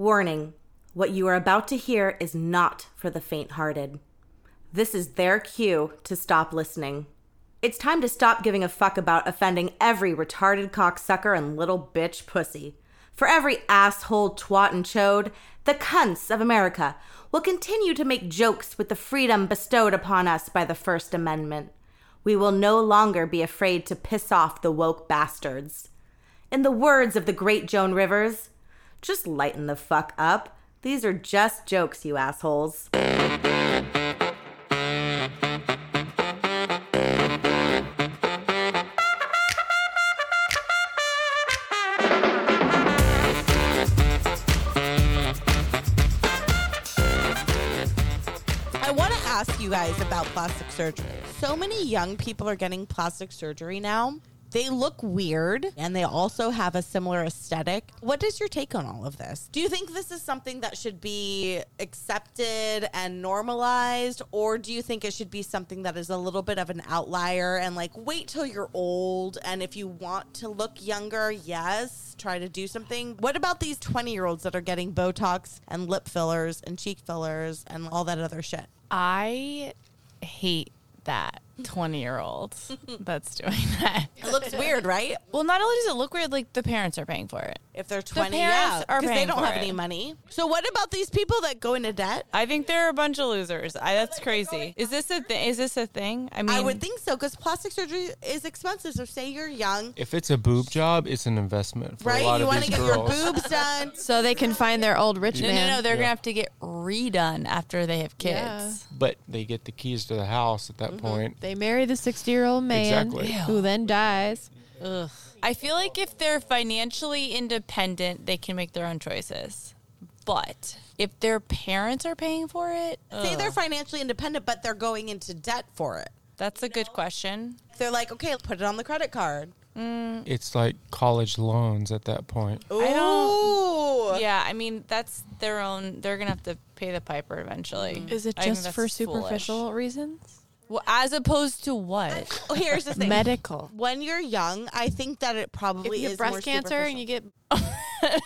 Warning What you are about to hear is not for the faint hearted. This is their cue to stop listening. It's time to stop giving a fuck about offending every retarded cocksucker and little bitch pussy. For every asshole, twat, and chode, the cunts of America will continue to make jokes with the freedom bestowed upon us by the First Amendment. We will no longer be afraid to piss off the woke bastards. In the words of the great Joan Rivers, just lighten the fuck up. These are just jokes, you assholes. I want to ask you guys about plastic surgery. So many young people are getting plastic surgery now. They look weird and they also have a similar aesthetic. What is your take on all of this? Do you think this is something that should be accepted and normalized, or do you think it should be something that is a little bit of an outlier and like wait till you're old? And if you want to look younger, yes, try to do something. What about these 20 year olds that are getting Botox and lip fillers and cheek fillers and all that other shit? I hate that 20 year old that's doing that. It looks weird, right? Well, not only does it look weird, like the parents are paying for it. If they're 20, yeah, parents are because they paying don't for have it. any money. So what about these people that go into debt? I think there are a bunch of losers. I, that's crazy. Is this a thing? Is this a thing? I mean, I would think so because plastic surgery is expensive. So say you're young, If it's a boob job, it's an investment for a right? lot You of want to these get girls. your boobs done. So they can find their old rich No, man. no, no. They're gonna Yeah. have to get redone after they have kids. Yeah. but they get the keys to the house at that Mm-hmm, point. They marry the 60 year old man Exactly. who then dies. I feel like if they're financially independent, they can make their own choices. But if their parents are paying for it, Say they're financially independent, but they're going into debt for it. that's a good question. They're like, okay, put it on the credit card. mm-hmm. It's like college loans at that point. Ooh. I don't- Yeah, I mean that's their own. They're gonna have to pay the piper eventually. Mm. Is it I think just that's for foolish. superficial reasons? Well, as opposed to what? Oh, here's the thing. Medical. when you're young, I think that it If probably you is have breast more cancer and superficial. you get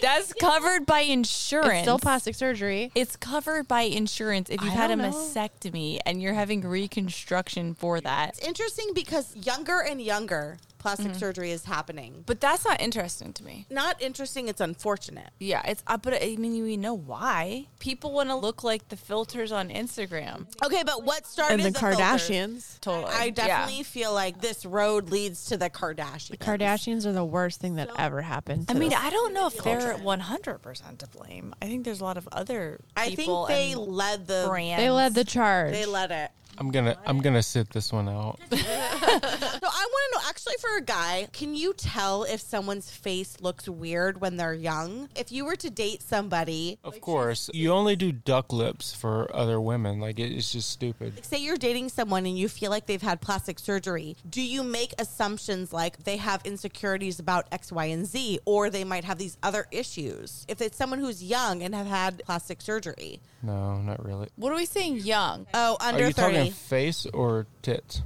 That's covered by insurance. it's still plastic surgery, It's covered by insurance if you've I had a don't know. mastectomy and you're having reconstruction for that. it's interesting because younger and younger plastic Mm-hmm. surgery is happening. But that's not interesting to me. Not interesting. It's unfortunate. Yeah, it's uh, but I mean we know why. People want to look like the filters on Instagram. Okay, but what started and the filters? Kardashians. Totally. I Yeah. definitely feel like this road leads to the Kardashians. Kardashians are the worst thing that ever happened. I to mean, this. I don't know if they're 100% to blame. I think there's a lot of other I people think they and led the. brands. they led the charge. They led it. I'm gonna I'm gonna sit this one out. So I want to know, actually, for a guy, can you tell if someone's face looks weird when they're young? If you were to date somebody, Of course, you only do duck lips for other women. Like it- it's just stupid. say you're dating someone and you feel like they've had plastic surgery, do you make assumptions like they have insecurities about X, Y, and Z, or they might have these other issues? If it's someone who's young and have had plastic surgery, No, not really. What are we saying young? oh, Are under you talking thirty, face or tits?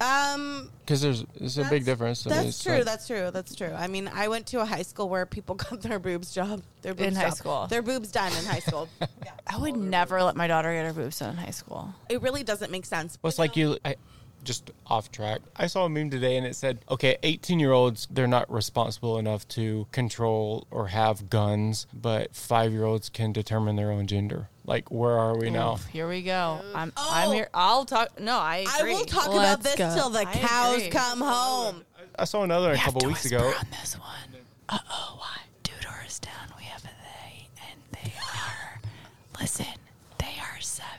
um, Because there's it's a big difference. to me. That's It's true. like- that's true. That's true. I mean, I went to a high school where people got their boobs job. Their boobs In high job. school. Their boobs done in high school. Yeah. I would never let my daughter get her boobs done in high school. It really doesn't make sense. Well, it's like you. I just off track. I saw a meme today, and it said, "Okay, 18 year olds they're not responsible enough to control or have guns, but five year olds can determine their own gender." Like, where are Mm. we now? Here we go. I'm Oh. I'm here. I'll talk. No, I I agree. will talk about Let's this go. till the I cows agree. come home. I saw another a couple weeks ago. on this one. Uh oh, why? Two doors down, we have a they, and they are. Listen, they are seven.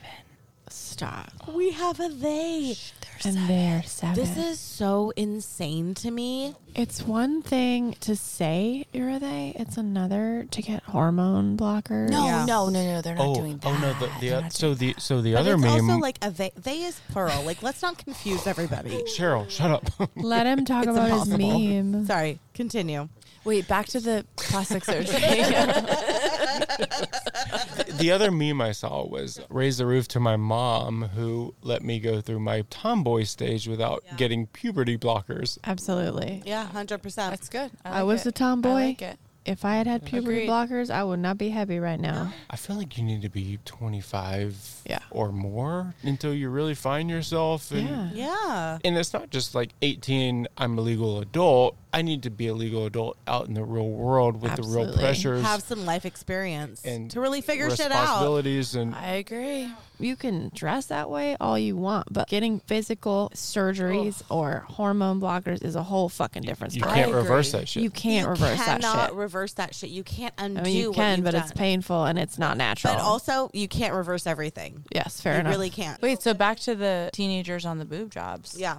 Stop. We have a they. And they're seven. This is so insane to me. It's one thing to say you're a they, it's another to get hormone blockers. No, Yeah. no, no, no. They're not Oh, doing that. oh no! The, the They're uh, not so doing the so the But other it's meme. also like a they. They is plural. Like, let's not confuse everybody. Cheryl, shut up. Let him talk It's about impossible. his meme. Sorry. Continue. that. Wait, back to the plastic surgery. the other meme I saw was raise the roof to my mom, who let me go through my tomboy stage without getting puberty blockers. Absolutely. Yeah, hundred percent. That's good. I, I was a a tomboy. I like it. If I had had puberty Agreed. blockers, I would not be happy right now. I feel like you need to be 25 Yeah. or more until you really find yourself. And, Yeah. Yeah. and it's not just like 18, I'm a legal adult. I need to be a legal adult out in the real world with the real Absolutely. pressures Have some life experience and to really figure shit out. responsibilities. And I agree. You can dress that way all you want, but getting physical surgeries or hormone blockers is a whole fucking different you story. can't agree. reverse that shit. You can't you reverse that cannot shit. reverse that shit. You can't undo I mean, you what can, you've but done. it's painful and it's not natural. But also, you can't reverse everything. yes, fair you enough. really can't. Wait, so back to the teenagers on the boob jobs. Yeah.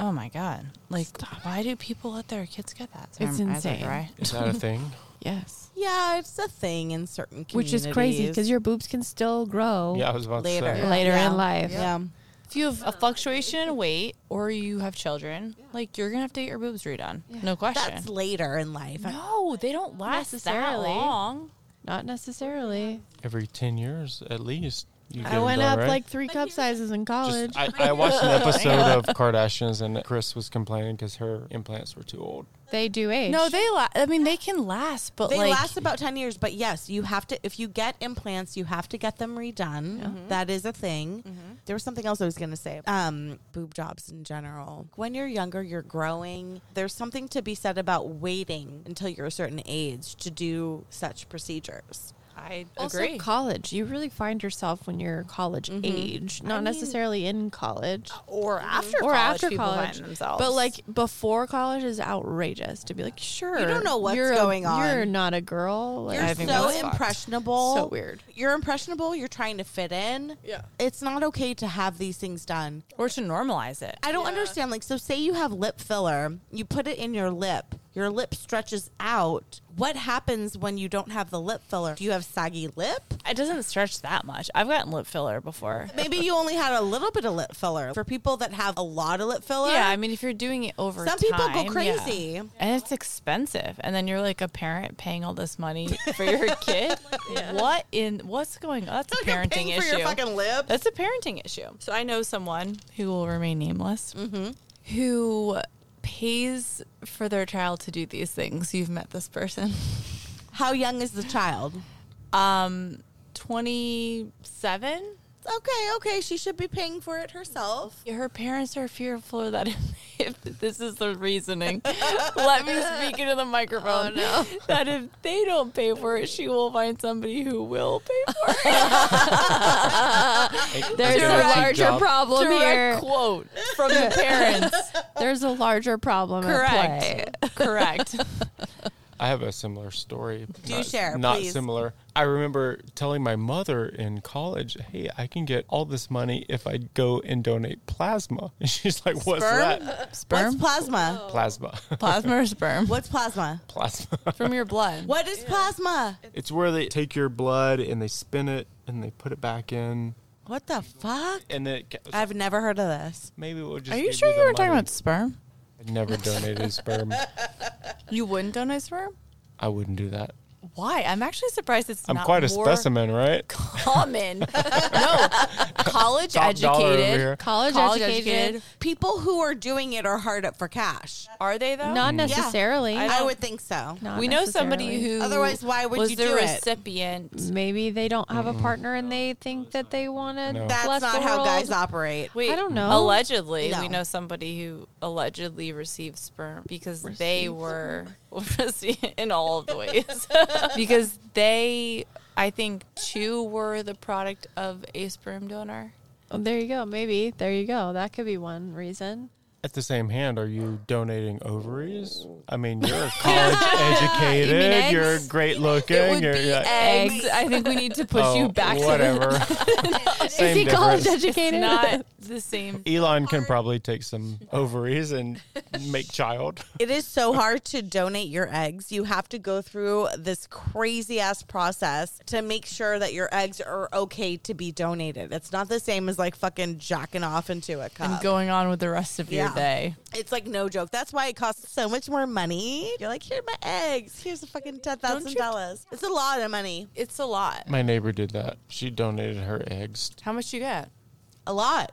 Oh my god. Like, why do people let their kids get that? It's Um, I insane. look Right? Is that a thing? yes, Yeah, it's a thing in certain which communities. is crazy because your boobs can still grow Yeah, I was about later to say. Later Yeah. in life. Yeah. If you have a fluctuation in weight or you have children, like you're gonna have to get your boobs redone. No question. That's later in life. no, they don't last that necessarily. long. Not necessarily. Every 10 years at least. You get I 'em went done, up right? like three cup sizes in college. Just, I, I watched an episode of Kardashians and Chris was complaining because her implants were too old. they do age. No, they la- I mean, they can last, but They like last about 10 years, but yes, you have to, if you get implants, you have to get them redone. Uh-huh. That is a thing. Mm-hmm. There was something else I was going to say. Um, boob jobs in general. When you're younger, you're growing. There's something to be said about waiting until you're a certain age to do such procedures. I also agree. college. You really find yourself when you're college age, not necessarily in college. or Mm-hmm. after or after college, but like before college is outrageous to be like, sure, don't know what's you're a- going on. You're not a girl. Like, You're think so that's fucked. impressionable. So weird. You're impressionable. You're trying to fit in. Yeah. It's not okay to have these things done. or to normalize it. I don't understand. Like, so say you have lip filler, you put it in your lip, your lip stretches out. What happens when you don't have the lip filler? Do you have saggy lip? It doesn't stretch that much. I've gotten lip filler before. Maybe you only had a little bit of lip filler. For people that have a lot of lip filler, Yeah, I mean, if you're doing it over Some people go time, yeah. crazy. and it's expensive, and then you're like a parent paying all this money for your kid. What in what's going on? That's a Like, you're parenting paying for issue. your fucking lip. That's a parenting issue. Mm-hmm. So I know someone who will remain nameless who pays for their child to do these things. You've met this person. How young is the child? Um, 27. Okay, okay. She should be paying for it herself. Her parents are fearful that if this is the reasoning, let me speak into the microphone. That if they don't pay for it, she will find somebody who will pay for it. There's Get 'em a cheap larger job. problem Direct here. quote from the parents. There's a larger problem at play. Correct. Correct. I have a similar story. Do share, Not please. similar. I remember telling my mother in college, "Hey, I can get all this money if I go and donate plasma." And she's like, "What's Sperm? that?" What's Sperm, plasma? Plasma. plasma, or sperm What's plasma? plasma. from your blood. What is plasma? It's where they take your blood and they spin it and they put it back in, What the fuck? and it. I've never heard of this. Maybe we'll just. Are give you sure the you were talking money. about sperm? I'd never donated sperm. You wouldn't donate sperm? I wouldn't do that. Why? I'm actually surprised it's I'm not quite a more specimen, right? common. no, college Top dollar over here. educated. College, College educated. educated. People who are doing it are hard up for cash. Are they though? Not necessarily. I I don't- would think so. Not we know somebody necessarily. who. Otherwise, why would was you the do it? recipient? maybe they don't have a partner and they think that they want to. Mm. No. That's bless not the how world. guys operate. Wait, I don't know. Allegedly, No. we know somebody who allegedly received sperm because they were in all of the ways because they. I think two were the product of a sperm donor. Oh, there you go. Maybe there you go. That could be one reason. At the same hand, are you donating ovaries? I mean, you're college educated, eggs? you are great looking, It would you're be yeah. eggs. I think we need to push Oh, you back to whatever. Is Same he college difference. the, educated? not the same. Elon can probably take some ovaries and make child. It is so hard to donate your eggs. You have to go through this crazy ass process to make sure that your eggs are okay to be donated. It's not the same as like fucking jacking off into a cup. and going on with the rest of Yeah. your day. it's like no joke. That's why it costs so much more money. You're like, here are my eggs. Here's a fucking ten thousand dollars. It's a lot of money. It's a lot. My neighbor did that. She donated her eggs. How much you get? A lot.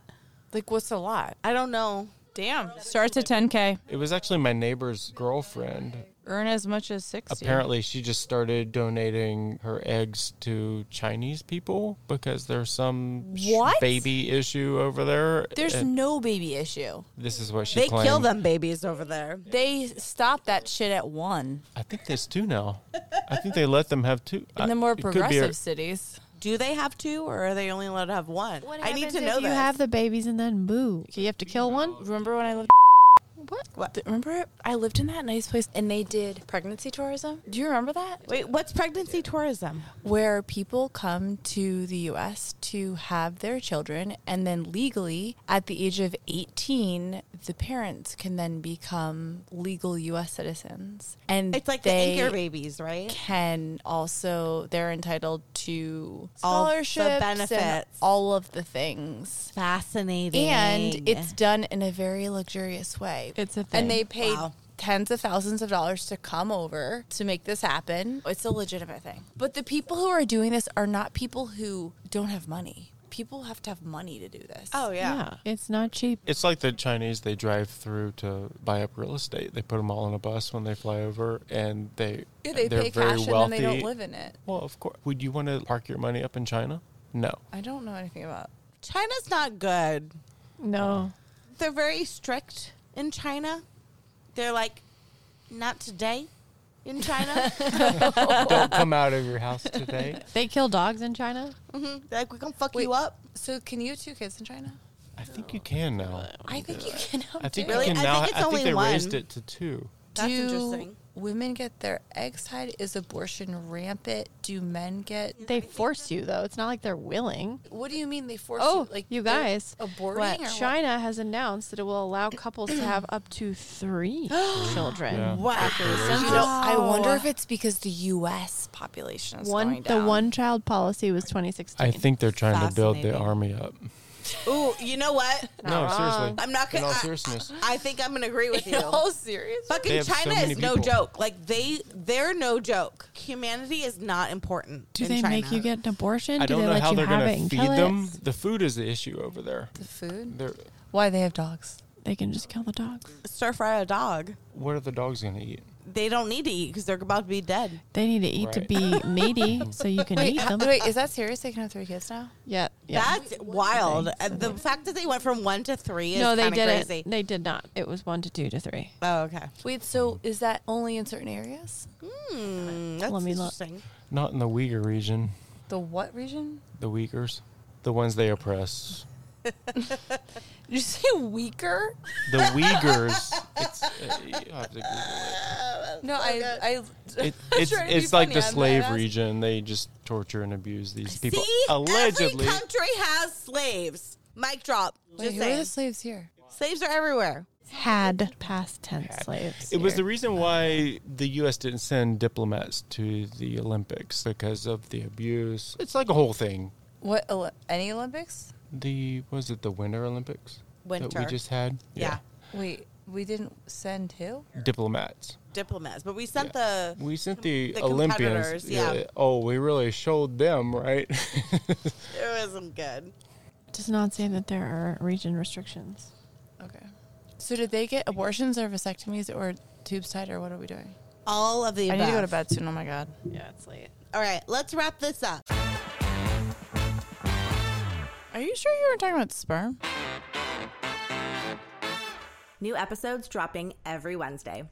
Like, what's a lot? I don't know. Damn. Starts at 10K. It was actually my neighbor's girlfriend. earn as much as 60. Apparently, she just started donating her eggs to Chinese people because there's some sh- What? baby issue over there. There's And no baby issue. this is what she They claimed. kill them babies over there. They stopped that shit at one I think there's two now. I think they let them have two. in I- the more Uh, it could be a- progressive cities. Do they have two, or are they only allowed to have one? What I need happens to if know You this. have the babies and then boo. You have to kill one. Remember when I lived? What? What? Remember I lived in that nice place and they did pregnancy tourism. Do you remember that? Wait, what's pregnancy tourism? where people come to the US to have their children and then legally at the age of 18 the parents can then become legal US citizens and It's like they the anchor babies, right? can also they're entitled to All the scholarships and benefits. all of the things Fascinating. and it's done in a very luxurious way. It's a And thing. they paid Wow. tens of thousands of dollars to come over to make this happen. It's a legitimate thing. But the people who are doing this are not people who don't have money. People have to have money to do this. oh yeah. It's not cheap. It's like the Chinese, they drive through to buy up real estate. They put them all on a bus when they fly over, and they, Yeah, they they're pay very cash wealthy. and then they don't live in it. Well, of course. Would you want to park your money up in China? No. I don't know anything about. China's not good. No. They're very strict in China. They're like, not today in China. don't come out of your house today. They kill dogs in China? Mm-hmm. They're like we're gonna fuck Wait. you up. So, can you have two kids in China? I think you can now. I think you can have I think two. Really? you can I now. think it's I think only they one. raised it to two. That's Do interesting. women get their eggs tied? Is abortion rampant? Do men get They force you, though. It's not like they're willing. What do you mean they force Oh, you? Like you they're guys. aborting But or what? China has announced that it will allow couples to have up to three children. Yeah. Wow. You know, I wonder if it's because the U.S. population is One, going the down. one child policy was 2016. I think they're trying to build the Fascinating. army up. Ooh, you know what? No, seriously. I'm not In gonna. all I- seriousness, I think I'm gonna agree with In you. all serious? They Fucking have so China many is no people. joke. Like they, they're no joke. Humanity is not important. Do in they make China. you get an abortion? I Do don't they know let how you they're have going it to and feed kill it? them. The food is the issue over there. the food? They're, Why they have dogs? They can just kill the dogs. stir fry a dog? what are the dogs going to eat? They don't need to eat because they're about to be dead. They need to eat to Right. be meaty so you can Wait, eat ha- them. wait, is that serious? They can have three kids now? Yeah. yeah. That's wild. And the fact that they went from one to three is no, they kinda didn't. crazy. They did not. It was one to two to three. Oh, okay. Wait, so is that only in certain areas? Hmm, that's Let me look. interesting. Not in the Uyghur region. The what region? The Uyghurs, the ones they oppress. Did you say weaker? The Uyghurs. It's, uh, you'll have to Google it. No, I, I, It, it's trying to be it's like funny. the I'm not slave asking- region. They just torture and abuse these people. See, every Allegedly, country has slaves. Mic drop. Wait, Just who are saying. the slaves here? slaves are everywhere. Had past tense slaves. It was the here. reason why the U.S. didn't send diplomats to the Olympics because of the abuse. It's like a whole thing. What, Oli- any Olympics? The was it the Winter Olympics that Winter. we just had? Yeah. Wait, we didn't send who? diplomats. Diplomats, but we sent the We sent the, The Olympians. competitors, yeah. Oh, we really showed them, right? it wasn't good. It does not say that there are region restrictions. Okay. So did they get abortions or vasectomies or tubes tied or what are we doing? All of the I need to go to above. bed soon. Oh my god. Yeah, it's late. All right, let's wrap this up. Are you sure you were talking about sperm? New episodes dropping every Wednesday.